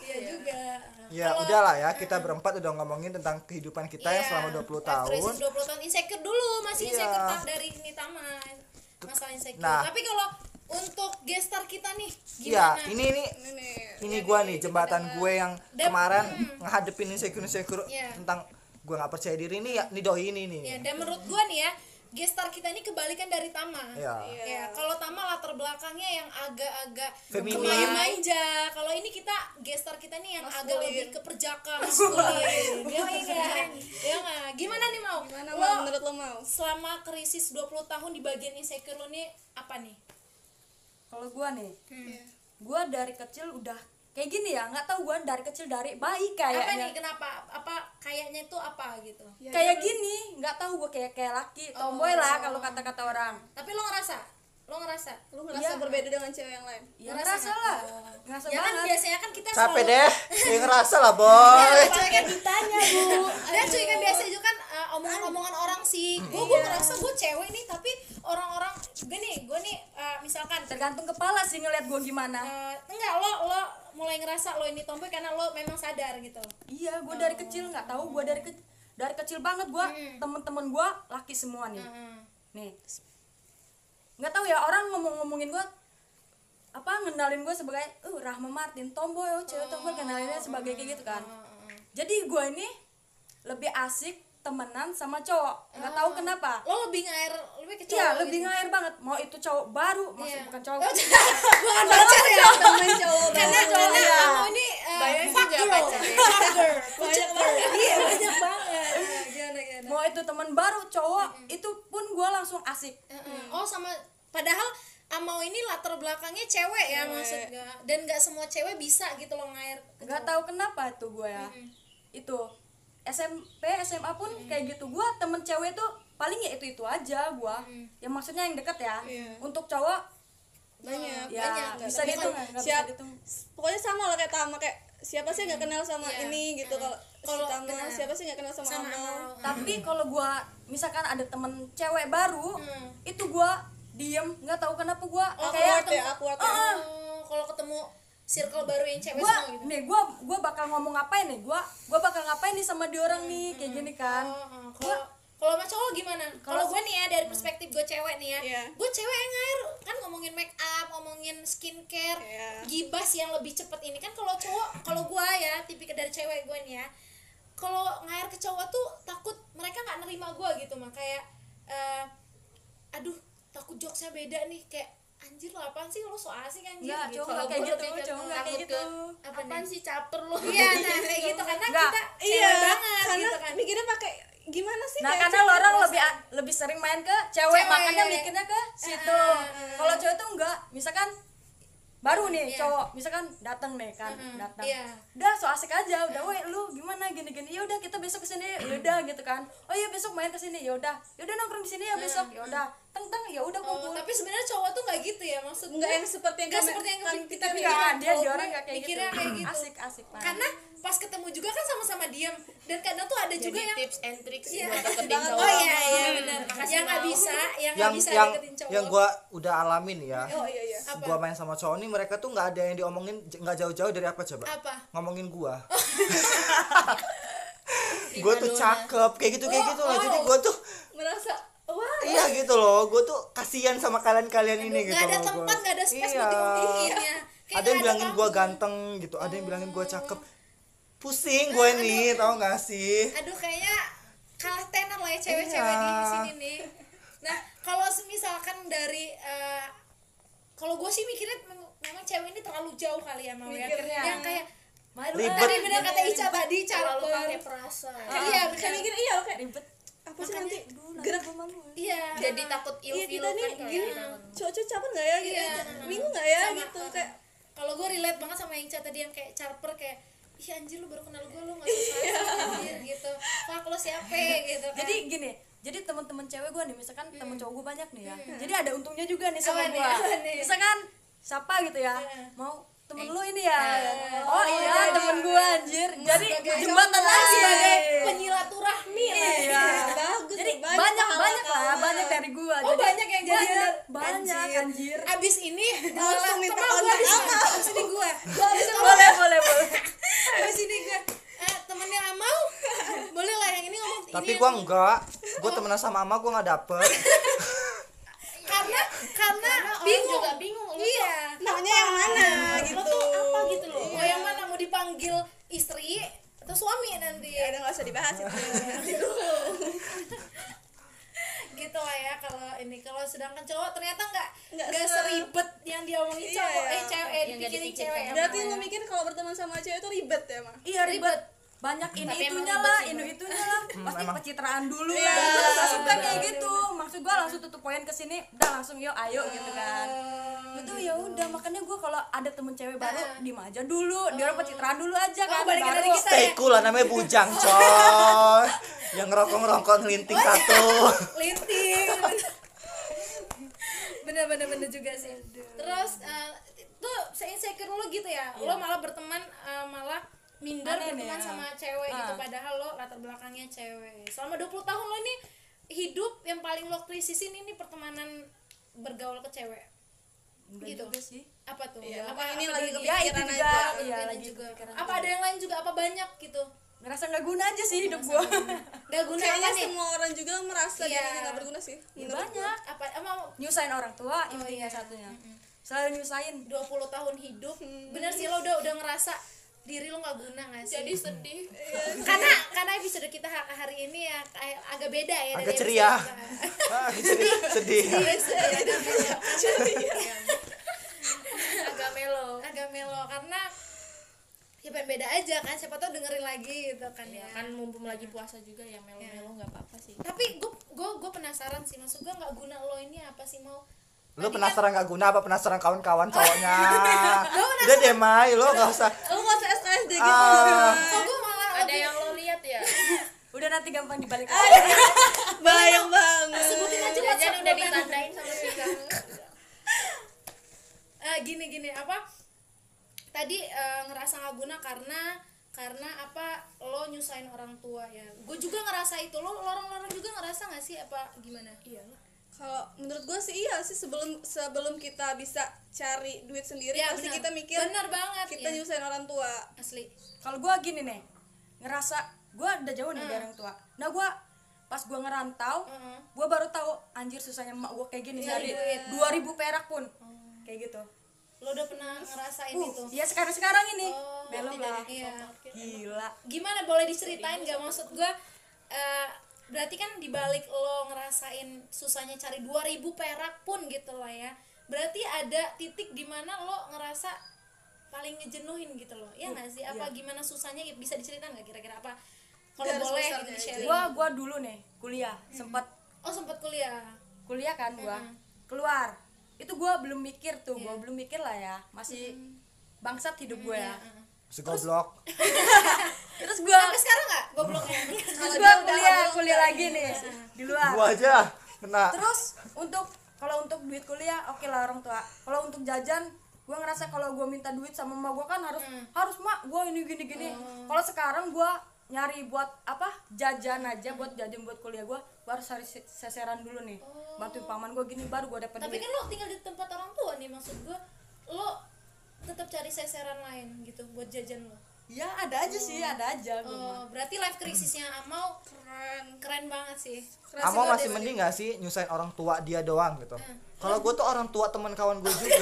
Speaker 5: iya juga
Speaker 3: *laughs* ya
Speaker 5: Kalau-
Speaker 3: udahlah ya kita berempat udah ngomongin tentang kehidupan kita yang
Speaker 5: uh, Iya,
Speaker 3: selama 20
Speaker 5: life
Speaker 3: tahun
Speaker 5: crisis 20 tahun insecure dulu, masih
Speaker 3: Iya.
Speaker 5: insecure tak dari ini taman. Masalah insecure.
Speaker 3: Nah.
Speaker 5: Tapi kalau untuk gestar kita nih
Speaker 3: Iya,
Speaker 5: gimana? Iya
Speaker 3: ini ini ini
Speaker 6: gitu.
Speaker 3: gua nih jembatan gue yang kemarin ngehadepin insecure insecure
Speaker 5: mm. Iya.
Speaker 3: tentang gue nggak percaya diri ini ya ini doi ini nih
Speaker 5: Ya, dan menurut gua nih ya, gestar kita ini kebalikan dari Tama.
Speaker 3: Iya.
Speaker 5: Ya, kalau Tama latar belakangnya yang agak-agak
Speaker 3: Feminim.
Speaker 5: manja. Kalau ini kita gestar kita nih yang agak lebih ke perjaka, maskulin. ya enggak. Ya nggak? Gimana nih mau?
Speaker 6: gimana
Speaker 5: Lo
Speaker 6: Mal? menurut lo mau
Speaker 5: selama krisis 20 tahun di bagian insecure lo nih apa nih?
Speaker 4: kalau gue nih gue dari kecil udah kayak gini ya nggak tahu gue dari kecil dari kan. baik
Speaker 5: apa
Speaker 4: kayaknya
Speaker 5: nih kenapa apa kayaknya itu apa gitu Oh,
Speaker 4: kayak gini nggak tahu gue kayak kayak laki tomboy lah
Speaker 1: Oh.
Speaker 4: kalau kata-kata orang
Speaker 5: tapi lo ngerasa lo ngerasa Iya.
Speaker 6: lu ngerasa berbeda dengan cewek yang lain
Speaker 4: ya ngerasa lah
Speaker 1: oh.
Speaker 4: ngerasa
Speaker 5: ya kan
Speaker 4: banget
Speaker 5: biasanya kan kita
Speaker 3: capek
Speaker 5: selalu
Speaker 3: deh ya ngerasa
Speaker 5: *laughs*
Speaker 3: lah boy
Speaker 5: cuy kan ditanya
Speaker 4: *laughs*
Speaker 5: bu dan cuy kan biasa juga kan eh, omongan-omongan orang sih gue
Speaker 4: Iya.
Speaker 5: gue ngerasa gue cewek nih tapi orang-orang gue nih gue nih eh, misalkan
Speaker 4: tergantung kepala sih ngeliat gue gimana
Speaker 5: eh, enggak lo lo mulai ngerasa lo ini tomboy karena lo memang sadar gitu
Speaker 4: Iya, gue
Speaker 1: Oh.
Speaker 4: dari kecil nggak tahu gue dari ke- dari kecil banget gue
Speaker 1: Hmm.
Speaker 4: temen-temen gue laki semua nih,
Speaker 5: Hmm.
Speaker 4: nih nggak tahu ya orang ngomong-ngomongin gue apa ngenalin gue sebagai uh Rahma Martin tomboy oh cewek tomboy kenalinnya sebagai kayak gitu kan jadi gue ini lebih asik temenan sama cowok nggak tahu kenapa
Speaker 5: lo lebih ngair lebih gitu kecil
Speaker 4: iya lebih ngair banget mau itu cowok baru maksud
Speaker 5: Iya.
Speaker 4: bukan cowok
Speaker 5: Oh,
Speaker 4: *laughs*
Speaker 5: bukan pacar ya
Speaker 6: temen cowok
Speaker 5: karena karena kamu ini eh, fuck girl fuck girl fuck girl.
Speaker 4: Iya, banyak banget *laughs*
Speaker 5: gimana gimana
Speaker 4: mau itu teman baru cowok itu pun gue langsung asik
Speaker 5: Heeh. Oh sama padahal Amau ini latar belakangnya cewek ya maksud gua. Dan nggak semua cewek bisa gitu loh ngair.
Speaker 4: nggak tahu kenapa tuh gue ya itu SMP SMA pun kayak gitu gue temen cewek tuh paling ya itu itu aja gue yang maksudnya yang deket ya untuk cowok
Speaker 6: banyak
Speaker 4: ya
Speaker 6: Iya. banyak nggak
Speaker 4: bisa
Speaker 6: tapi
Speaker 4: dihitung
Speaker 6: kan
Speaker 4: ya, nggak bisa
Speaker 6: siap
Speaker 4: dihitung.
Speaker 6: pokoknya sama lah kayak Tama kayak siapa sih yang nggak kenal sama
Speaker 5: Iya.
Speaker 6: ini gitu kalau si
Speaker 5: Kalau
Speaker 6: Tama
Speaker 5: kenal.
Speaker 6: siapa sih nggak kenal sama,
Speaker 5: Sama
Speaker 6: Amal
Speaker 5: Amau.
Speaker 4: tapi kalau gua misalkan ada temen cewek baru itu gua diem nggak tahu kenapa gua
Speaker 6: Mm. Oh,
Speaker 4: kayak
Speaker 6: awkward ya, awkward ya.
Speaker 4: Heeh.
Speaker 5: Oh, kalau ketemu circle baru yang cewek
Speaker 4: gua
Speaker 5: semua gitu.
Speaker 4: nih gua gua bakal ngomong ngapain nih gua gua bakal ngapain nih sama dia orang nih kayak gini kan
Speaker 5: Oh, oh. Kalau kalau sama cowok gimana? Kalau gue nih ya dari perspektif gue cewek nih ya,
Speaker 6: Iya.
Speaker 5: gue cewek yang ngair kan ngomongin make up, ngomongin skincare,
Speaker 6: Iya.
Speaker 5: gibas yang lebih cepet ini kan kalau cowok, kalau gue ya tipikal dari cewek gue nih ya, kalau ngair ke cowok tuh takut mereka nggak nerima gue gitu mah kayak, eh, aduh takut jokesnya beda nih kayak anjir lah apaan sih lo so asik anjir
Speaker 4: Nggak,
Speaker 5: gitu.
Speaker 4: cowok nggak kayak
Speaker 5: Kalau
Speaker 4: gitu,
Speaker 5: gua
Speaker 4: cowok nggak kayak
Speaker 5: takut
Speaker 4: gitu.
Speaker 5: ke- apaan sih caper lo *laughs* iya nah kayak gitu karena
Speaker 4: Nggak,
Speaker 5: kita cewek
Speaker 6: iya
Speaker 5: banget
Speaker 6: karena
Speaker 5: gitu kan
Speaker 6: mikirnya pakai gimana sih
Speaker 4: nah
Speaker 6: kayak gitu.
Speaker 4: karena
Speaker 6: cewek
Speaker 4: lo orang
Speaker 6: terus.
Speaker 4: lebih lebih sering main ke cewek,
Speaker 5: Cewek. Ah,
Speaker 4: makanya mikirnya ke situ kalau cewek tuh enggak misalkan baru nih cowok misalkan datang nih kan datang
Speaker 5: iya.
Speaker 4: udah so asik aja udah weh lu gimana gini gini ya udah kita besok kesini ya udah gitu kan oh iya besok main kesini ya udah ya udah nongkrong di sini ya besok ya udah teng teng ya udah
Speaker 5: Oh,
Speaker 4: kumpul
Speaker 5: tapi sebenarnya cowok tuh nggak gitu ya maksud
Speaker 6: nggak
Speaker 5: gue.
Speaker 6: yang seperti yang
Speaker 5: nggak
Speaker 6: kami-
Speaker 5: seperti yang
Speaker 6: kami-
Speaker 5: kita
Speaker 6: kita
Speaker 5: pikirin
Speaker 4: Nggak, kan, dia
Speaker 5: Kalau
Speaker 4: dia orang
Speaker 5: gue
Speaker 4: nggak kayak gitu
Speaker 5: mikirnya kayak gitu
Speaker 4: asik asik parah.
Speaker 5: karena pas ketemu juga kan sama-sama diam dan kadang tuh ada juga yang
Speaker 7: tips and tricks
Speaker 5: Iya.
Speaker 7: buat deketin
Speaker 5: oh
Speaker 7: cowok
Speaker 5: iya iya benar yang nggak bisa yang nggak
Speaker 3: yang
Speaker 5: bisa
Speaker 3: yang
Speaker 5: deketin cowok
Speaker 3: yang gua udah alamin ya
Speaker 6: oh iya iya
Speaker 5: Apa?
Speaker 3: gua main sama cowok nih mereka tuh nggak ada yang diomongin j- nggak jauh-jauh dari apa coba
Speaker 5: Apa?
Speaker 3: ngomongin
Speaker 5: *laughs*
Speaker 3: gua
Speaker 5: Iya
Speaker 3: gua
Speaker 5: ya.
Speaker 3: tuh cakep kayak gitu kayak gitu loh jadi gua tuh
Speaker 6: merasa wah
Speaker 3: iya gitu loh gua tuh kasihan sama kalian-kalian ini gitu
Speaker 5: ya." nggak ada
Speaker 3: loh gua.
Speaker 5: tempat nggak ada space buat
Speaker 3: Iya.
Speaker 5: diumumin ya Kayak
Speaker 3: ada yang
Speaker 5: nggak
Speaker 3: bilangin gua
Speaker 5: waktu.
Speaker 3: ganteng gitu ada yang bilangin gua cakep pusing gua nih tau gak sih
Speaker 5: aduh kayaknya kalah tenar lah ya cewek-cewek
Speaker 3: Iya.
Speaker 5: di sini nih nah kalau misalkan dari eh, kalau gue sih mikirnya mem- memang cewek ini terlalu jauh kali ya mau ya yang kayak "Malu
Speaker 3: Ribet.
Speaker 5: kan tadi benar kata Ica tadi cara
Speaker 7: Iya. perasaan
Speaker 5: iya benar
Speaker 6: kayak mikir iya kayak ribet apa sih nanti gerak
Speaker 5: iya
Speaker 7: jadi takut
Speaker 6: iya kita
Speaker 7: ilfil
Speaker 6: nih
Speaker 7: kan kayak Iya,
Speaker 6: gini cocok capek nggak ya gitu
Speaker 4: Iya.
Speaker 6: bingung nggak ya gitu
Speaker 4: eh,
Speaker 6: kayak
Speaker 5: kalau gue relate banget sama Ica tadi yang kayak charper kayak ih anjir lu baru kenal gue lu nggak usah
Speaker 7: Iya.
Speaker 5: anjir gitu fuck lu siapa
Speaker 7: *laughs*
Speaker 5: gitu kan
Speaker 4: jadi gini jadi teman-teman cewek gue nih misalkan teman cowok gue banyak nih ya jadi ada untungnya juga nih sama
Speaker 5: Apa nih,
Speaker 4: gue
Speaker 5: apa nih?
Speaker 4: misalkan siapa gitu ya mau temen lu ini ya oh, iya
Speaker 5: jadi-
Speaker 4: temen gue anjir jadi
Speaker 5: Sebagai- Iya.
Speaker 4: jembatan lah
Speaker 5: sebagai penyilaturahmi lah ya.
Speaker 4: iya
Speaker 6: bagus
Speaker 4: jadi
Speaker 6: banyak
Speaker 4: banyak banyak
Speaker 6: pahala
Speaker 4: lah
Speaker 6: kamu.
Speaker 4: banyak dari gue
Speaker 5: Oh banyak yang jadi
Speaker 4: banyak anjir
Speaker 5: Abis ini
Speaker 6: Langsung
Speaker 5: malah-
Speaker 6: minta
Speaker 5: teman gua
Speaker 6: kontak
Speaker 5: di sini.
Speaker 6: sama.
Speaker 5: *laughs* Abis ini gue
Speaker 4: boleh boleh boleh
Speaker 5: Abis ini gue eh, Temennya Amal *laughs* Boleh lah yang ini ngomong ini
Speaker 3: tapi
Speaker 5: yang-
Speaker 3: gua enggak gua temenan sama ama gua nggak dapet
Speaker 5: Karena Karena bingung juga bingung Iya
Speaker 6: maunya yang mana
Speaker 5: Lo
Speaker 6: gitu
Speaker 5: tuh apa gitu loh Mau yang mana mau dipanggil istri Atau suami nanti
Speaker 6: ada Iya, nggak usah dibahas itu
Speaker 5: Gitu lah ya kalau ini Kalau sedangkan cowok ternyata nggak
Speaker 6: Nggak
Speaker 5: Nggak
Speaker 6: se-
Speaker 5: seribet yang diomongin
Speaker 6: Iya,
Speaker 5: cowok
Speaker 6: iya.
Speaker 5: Eh
Speaker 7: Yang
Speaker 5: cewek eh,
Speaker 7: nggak
Speaker 5: dipikirin
Speaker 7: dipikirkan.
Speaker 5: cewek
Speaker 6: berarti lo mikir kalau berteman sama cewek itu ribet ya mah
Speaker 4: iya ribet banyak ini
Speaker 7: Tapi emang
Speaker 4: itunya
Speaker 7: ribet
Speaker 4: lah
Speaker 7: sih,
Speaker 4: ini itunya lah pasti
Speaker 3: emang.
Speaker 4: pencitraan dulu ya gue gak suka kayak gitu maksud gue langsung tutup poin ke sini udah langsung yuk ayo gitu kan itu ya udah makanya gue kalau ada temen cewek baru diem aja dulu dia orang pencitraan dulu aja kan
Speaker 5: balik
Speaker 4: baru
Speaker 5: dari kita ya
Speaker 3: stay cool lah namanya bujang coy yang ngerokok-ngerokok linting satu *laughs*
Speaker 5: linting bener bener bener juga sih terus eh, tuh saya insecure lo gitu ya lo malah berteman eh, malah minder
Speaker 4: Aneh nih,
Speaker 5: berteman
Speaker 4: ya.
Speaker 5: sama cewek gitu
Speaker 4: Ah.
Speaker 5: padahal lo latar belakangnya cewek selama 20 tahun lo ini hidup yang paling lo krisisin ini pertemanan bergaul ke cewek
Speaker 4: Enggak
Speaker 5: gitu.
Speaker 4: juga sih
Speaker 5: apa tuh
Speaker 6: Iya,
Speaker 5: apa
Speaker 6: makanya ini
Speaker 5: apa
Speaker 6: lagi
Speaker 5: tadi?
Speaker 4: ya itu
Speaker 6: Kepikiran
Speaker 4: juga
Speaker 6: aja,
Speaker 4: iya
Speaker 5: Ini
Speaker 4: lagi
Speaker 5: juga.
Speaker 4: kepikiran
Speaker 5: apa ada yang lain juga apa banyak gitu
Speaker 4: ngerasa nggak guna aja sih hidup gue *laughs*
Speaker 5: gak guna apa
Speaker 6: kayaknya
Speaker 5: nih
Speaker 6: semua orang juga merasa
Speaker 5: Iya.
Speaker 6: dirinya nggak berguna sih menurut
Speaker 4: banyak
Speaker 5: apa emang
Speaker 4: nyusahin orang tua itu
Speaker 5: iya.
Speaker 4: satunya selalu nyusahin
Speaker 5: 20 tahun hidup bener sih lo udah udah ngerasa diri lo nggak guna nggak sih jadi sedih karena karena episode kita ha- hari ini ya kayak agak beda ya
Speaker 3: Agak ceria.
Speaker 5: episode-
Speaker 3: Ah, sedih, sedih.
Speaker 5: agak melo agak melo karena ya ya pengen beda aja kan siapa tau dengerin lagi gitu kan ya, Iya.
Speaker 1: ya kan mumpung lagi puasa juga ya melo-melo nggak apa-apa sih
Speaker 5: tapi gue gue gue penasaran sih maksud gue nggak guna lo ini apa sih mau
Speaker 3: Lu penasaran gak guna apa penasaran kawan-kawan cowoknya? Udah deh Mai, lu gak usah
Speaker 6: Lu gak usah SKSD gitu
Speaker 3: Ah.
Speaker 5: kok gue malah
Speaker 1: ada
Speaker 5: lebih
Speaker 1: yang lo lihat ya
Speaker 4: Udah nanti gampang dibalik.
Speaker 6: Bayang banget
Speaker 5: sebutin aja
Speaker 1: jajan
Speaker 5: WhatsApp kan.
Speaker 1: udah
Speaker 5: gua.
Speaker 1: ditandain sama si kamu
Speaker 5: *laughs* Eh, gini gini apa tadi eh, ngerasa nggak guna karena karena apa lo nyusahin orang tua ya gue juga ngerasa itu lo orang-orang juga ngerasa nggak sih apa gimana iya
Speaker 6: Kalau menurut gue sih iya sih sebelum sebelum kita bisa cari duit sendiri pasti kita mikir
Speaker 5: bener banget
Speaker 6: kita
Speaker 5: iya.
Speaker 6: nyusahin orang tua
Speaker 5: asli
Speaker 4: Kalau gua gini nih, ngerasa gua udah jauh nih dari orang tua. Nah, gua pas gua ngerantau, gua baru tahu anjir susahnya emak gua kayak
Speaker 5: Iya,
Speaker 4: gini cari 2000 perak pun.
Speaker 5: Oh.
Speaker 4: Kayak gitu.
Speaker 5: lo udah pernah ngerasain
Speaker 4: Uh,
Speaker 5: itu
Speaker 4: ya sekarang-sekarang ini.
Speaker 5: Oh,
Speaker 4: Belum
Speaker 5: berarti
Speaker 4: lah.
Speaker 5: dari iya.
Speaker 4: Gila.
Speaker 5: gimana boleh diceritain gak maksud gue berarti kan dibalik lo ngerasain susahnya cari 2000 perak pun gitu lah ya berarti ada titik dimana lo ngerasa paling ngejenuhin gitu loh ya nggak sih
Speaker 4: Iya.
Speaker 5: apa gimana susahnya bisa diceritain nggak kira-kira apa kalau boleh gitu sharing
Speaker 4: Gua gua dulu nih kuliah, sempat
Speaker 5: oh sempat kuliah
Speaker 4: kuliah kan gua. Keluar. Itu gua belum mikir tuh,
Speaker 5: Iya.
Speaker 4: gua belum mikir lah ya. Masih bangsat hidup gua ya.
Speaker 3: Masih goblok
Speaker 4: Terus gua
Speaker 5: sampai sekarang nggak ya? gobloknya
Speaker 4: terus *laughs* gua kuliah kuliah lagi
Speaker 5: gitu.
Speaker 4: nih
Speaker 5: Iya.
Speaker 4: di luar.
Speaker 3: Gua aja kena
Speaker 4: Terus untuk kalau untuk duit kuliah oke lah orang tua. Kalau untuk jajan gue ngerasa kalau gue minta duit sama emak gue kan harus
Speaker 5: Hmm.
Speaker 4: harus mak gue ini gini gini. Kalau sekarang gue nyari buat apa jajan aja buat
Speaker 5: Hmm.
Speaker 4: jajan buat kuliah gue gue harus cari se- seseran dulu nih bantuin paman gue gini baru gue dapet
Speaker 5: Oh. tapi
Speaker 4: duit
Speaker 5: kan lo tinggal di tempat orang tua nih maksud gue lo tetap cari seseran lain gitu buat jajan lo
Speaker 4: ya ada aja sih ada aja gua mah.
Speaker 5: Oh, berarti life krisisnya Amau keren keren banget sih.
Speaker 3: Amo masih mending gak sih nyusahin orang tua dia doang
Speaker 6: Eh.
Speaker 3: gitu Kalau gue tuh orang tua teman
Speaker 6: *laughs*
Speaker 3: kawan gue juga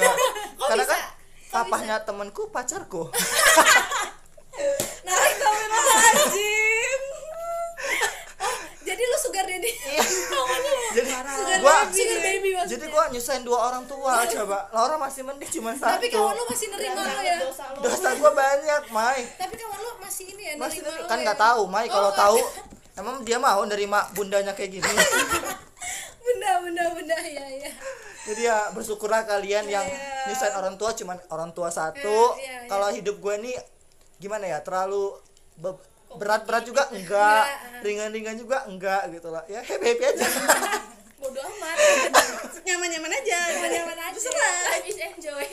Speaker 3: Karena kan papahnya temanku pacarku
Speaker 5: Oh, Jadi lu sugar daddy.
Speaker 3: Jadi gua jadi gua nyusahin dua orang tua coba Laura masih mending cuma satu
Speaker 5: Tapi kawan lu masih nerima lo ya.
Speaker 3: Dosa gua banyak Mai
Speaker 5: Tapi kawan lu masih ini ya
Speaker 3: Masih
Speaker 5: nerima lo.
Speaker 3: kan
Speaker 5: ya.
Speaker 3: nggak tahu Mai kalau tahu emang dia mau nerima bundanya kayak gini
Speaker 5: *laughs* Bunda bunda bunda ya ya.
Speaker 3: jadi ya bersyukurlah kalian yang nyusahin orang tua cuman orang tua satu
Speaker 5: Iya, iya,
Speaker 3: kalau hidup gue nih gimana ya terlalu be- berat-berat juga
Speaker 5: gitu?
Speaker 3: enggak
Speaker 5: ah.
Speaker 3: ringan-ringan juga enggak gitu lah ya happy happy
Speaker 5: *laughs*
Speaker 3: aja
Speaker 5: Bodoh amat.
Speaker 6: nyaman-nyaman aja
Speaker 5: Nyaman-nyaman aja. *laughs*
Speaker 1: life is enjoy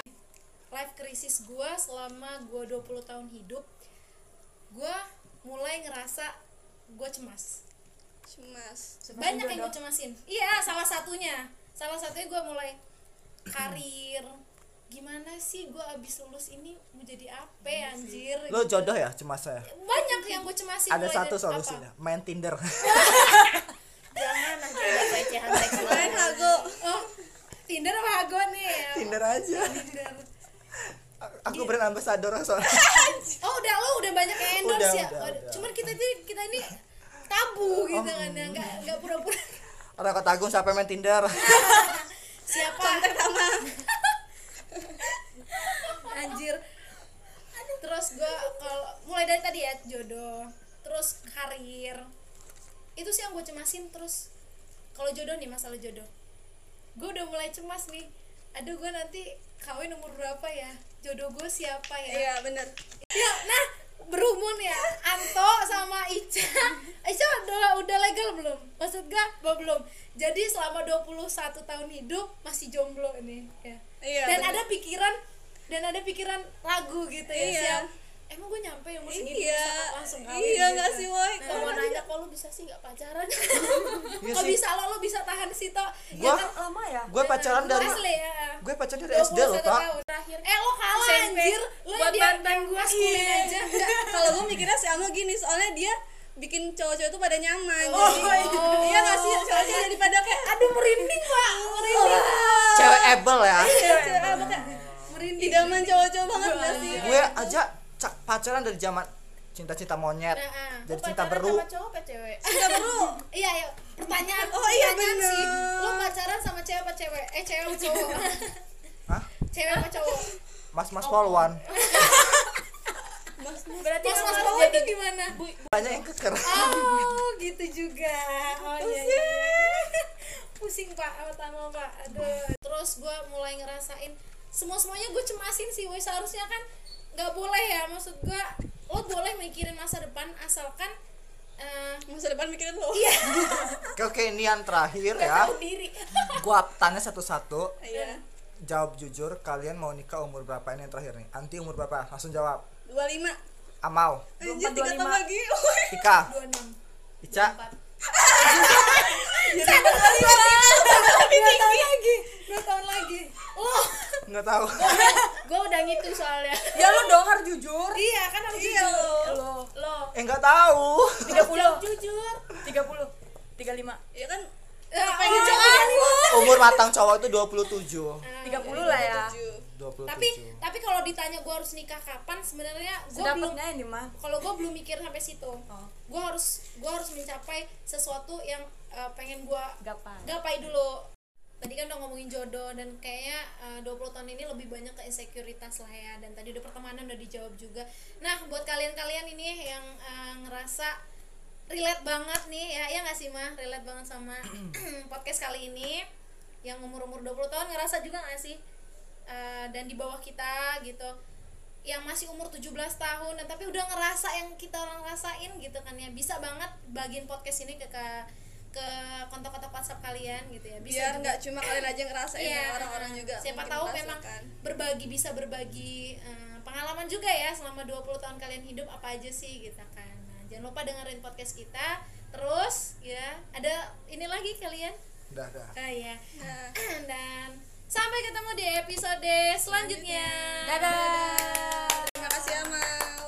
Speaker 5: Eh, life krisis gue selama gue 20 tahun hidup gue mulai ngerasa gue cemas
Speaker 6: cemas
Speaker 5: banyak yang gue cemasin iya salah satunya salah satunya gue mulai karir gimana sih gue abis lulus ini mau jadi apa ya, anjir
Speaker 3: lo jodoh ya cemasnya
Speaker 5: banyak yang gue cemasin
Speaker 3: ada
Speaker 5: mulai
Speaker 3: satu
Speaker 5: dari-
Speaker 3: solusinya main tinder
Speaker 5: Ya.
Speaker 1: jangan nanti ada pelecehan seksual
Speaker 6: main hago
Speaker 5: apa? oh tinder apa hago nih
Speaker 3: *laughs* *laughs* tinder aja
Speaker 5: Tinder. Iya.
Speaker 3: aku brand ambassador soalnya
Speaker 5: oh udah lo udah banyak yang
Speaker 3: Udah,
Speaker 5: endorse ya
Speaker 3: udah, udah. Oh, iya.
Speaker 5: cuman kita ini kita ini tabu gitu kan ya nggak nggak pura-pura
Speaker 3: orang kota agung sampai main tinder
Speaker 5: siapa anjir terus gue kalau mulai dari tadi ya jodoh terus karir itu sih yang gue cemasin terus kalau jodoh nih masalah jodoh gue udah mulai cemas nih aduh gue nanti kawin umur berapa ya jodoh gue siapa ya
Speaker 6: iya bener
Speaker 5: ya nah berhubung ya Anto sama Ica *laughs* Ica udah, udah legal belum? maksud gue belum jadi selama 21 tahun hidup masih jomblo ini ya
Speaker 6: Iya,
Speaker 5: dan
Speaker 6: bener.
Speaker 5: ada pikiran dan ada pikiran ragu gitu ya
Speaker 6: Iya.
Speaker 5: siap emang gue nyampe umur segini
Speaker 6: Iya.
Speaker 5: bisa langsung kawin
Speaker 6: Iya,
Speaker 5: gitu.
Speaker 6: nggak sih, woy?
Speaker 5: Nah,
Speaker 1: kalau mau
Speaker 5: kalau
Speaker 1: nanya kok lu bisa sih nggak pacaran
Speaker 3: *laughs* Iya
Speaker 5: kok
Speaker 3: sih.
Speaker 5: bisa lo lo bisa tahan sih toh
Speaker 3: *laughs* Gua-
Speaker 5: kan?
Speaker 4: lama ya
Speaker 3: gue pacaran
Speaker 5: Lu
Speaker 3: dari
Speaker 5: asli ya
Speaker 3: gue pacaran dari SD loh
Speaker 5: 21
Speaker 3: pak
Speaker 5: tahun. eh lo kalah
Speaker 1: SMP.
Speaker 5: anjir lo
Speaker 1: Buat
Speaker 5: yang mantan gue sekulin
Speaker 6: Iya.
Speaker 5: aja
Speaker 6: Enggak, kalau gue mikirnya si Amo gini soalnya dia bikin cowok-cowok itu pada nyaman
Speaker 5: Oh,
Speaker 6: jadi iya gak sih cowok-cowok jadi pada kayak aduh merinding pak
Speaker 5: Oh.
Speaker 6: merinding
Speaker 3: cewek ebel
Speaker 5: Iya,
Speaker 3: ya
Speaker 6: merinding idaman cowok-cowok banget gak sih
Speaker 3: gue aja cak- pacaran dari zaman cinta-cinta monyet
Speaker 5: Nah,
Speaker 3: dari cinta beru
Speaker 1: sama cowok apa cewek
Speaker 6: Enggak perlu
Speaker 5: Iya, iya. Pertanyaan.
Speaker 6: Oh, iya,
Speaker 5: pertanyaan
Speaker 6: bener.
Speaker 5: sih. Lo pacaran sama cewek apa cewek? Eh, cewek apa cowok?
Speaker 3: *laughs* Hah?
Speaker 5: Cewek apa cowok?
Speaker 3: mas-mas polwan
Speaker 1: berarti
Speaker 5: Mas
Speaker 1: kan
Speaker 5: mas
Speaker 1: harus
Speaker 5: bawah
Speaker 1: jadi
Speaker 5: itu gimana?
Speaker 3: banyak yang keker
Speaker 5: *laughs* Oh, gitu juga. Oh iya. iya, iya. Pusing *laughs* Pak pertama Pak. Aduh. Terus gue mulai ngerasain semua semuanya gue cemasin sih. Woi seharusnya kan nggak boleh ya. Maksud gue lo boleh mikirin masa depan asalkan eh,
Speaker 6: masa depan mikirin lo
Speaker 5: *laughs*
Speaker 3: oke oke ini yang terakhir
Speaker 5: nggak
Speaker 3: ya
Speaker 5: tahu diri.
Speaker 3: gua tanya satu-satu
Speaker 6: iya
Speaker 3: jawab jujur kalian mau nikah umur berapa ini yang terakhir nih anti umur berapa langsung jawab
Speaker 6: dua lima
Speaker 3: Amal
Speaker 6: anjir tiga gitu. tahun lagi
Speaker 3: Ika Ica
Speaker 5: *laughs* Dua tahun lagi.
Speaker 3: nggak tahu
Speaker 1: gue udah ngitung soalnya
Speaker 4: ya lu dong harus jujur
Speaker 5: *laughs* Iya kan harus jujur.
Speaker 4: lo
Speaker 5: Lo
Speaker 3: eh nggak tahu
Speaker 4: tiga puluh
Speaker 5: jujur.
Speaker 4: tiga puluh tiga lima
Speaker 6: ya kan
Speaker 5: Apa
Speaker 6: yang
Speaker 3: umur matang cowok itu 27
Speaker 4: tiga puluh
Speaker 5: Iya,
Speaker 4: lah ya
Speaker 6: tujuh
Speaker 3: 27
Speaker 5: Eh, Tapi tapi kalau ditanya gue harus nikah kapan sebenarnya gue belum
Speaker 4: sedapatnya ini mah
Speaker 5: kalau gue belum mikir sampai situ gue harus gue harus mencapai sesuatu yang uh, pengen gue
Speaker 4: gapai
Speaker 5: gapai dulu tadi kan udah ngomongin jodoh dan kayaknya uh, 20 tahun ini lebih banyak ke insekuritas lah ya dan tadi udah pertemanan udah dijawab juga nah buat kalian-kalian ini yang uh, ngerasa relate banget nih ya ya nggak sih mah relate banget sama *clears throat* podcast kali ini yang umur-umur 20 tahun ngerasa juga nggak sih Uh, dan di bawah kita gitu yang masih umur 17 tahun dan tapi udah ngerasa yang kita orang rasain gitu kan ya bisa banget bagiin podcast ini ke ke, ke kontak-kontak WhatsApp kalian gitu ya bisa
Speaker 6: biar
Speaker 5: juga.
Speaker 6: nggak cuma kalian aja yang ngerasain ya,
Speaker 5: Iya,
Speaker 6: orang-orang juga
Speaker 5: siapa
Speaker 6: mungkin
Speaker 5: tahu memang
Speaker 6: merasakan.
Speaker 5: berbagi bisa berbagi eh, pengalaman juga ya selama 20 tahun kalian hidup apa aja sih gitu kan nah, jangan lupa dengerin podcast kita terus ya ada ini lagi kalian
Speaker 3: dah dah
Speaker 5: ah ya
Speaker 6: Iya.
Speaker 5: *clears throat* dan sampai ketemu di episode selanjutnya
Speaker 4: dadah
Speaker 6: terima kasih aman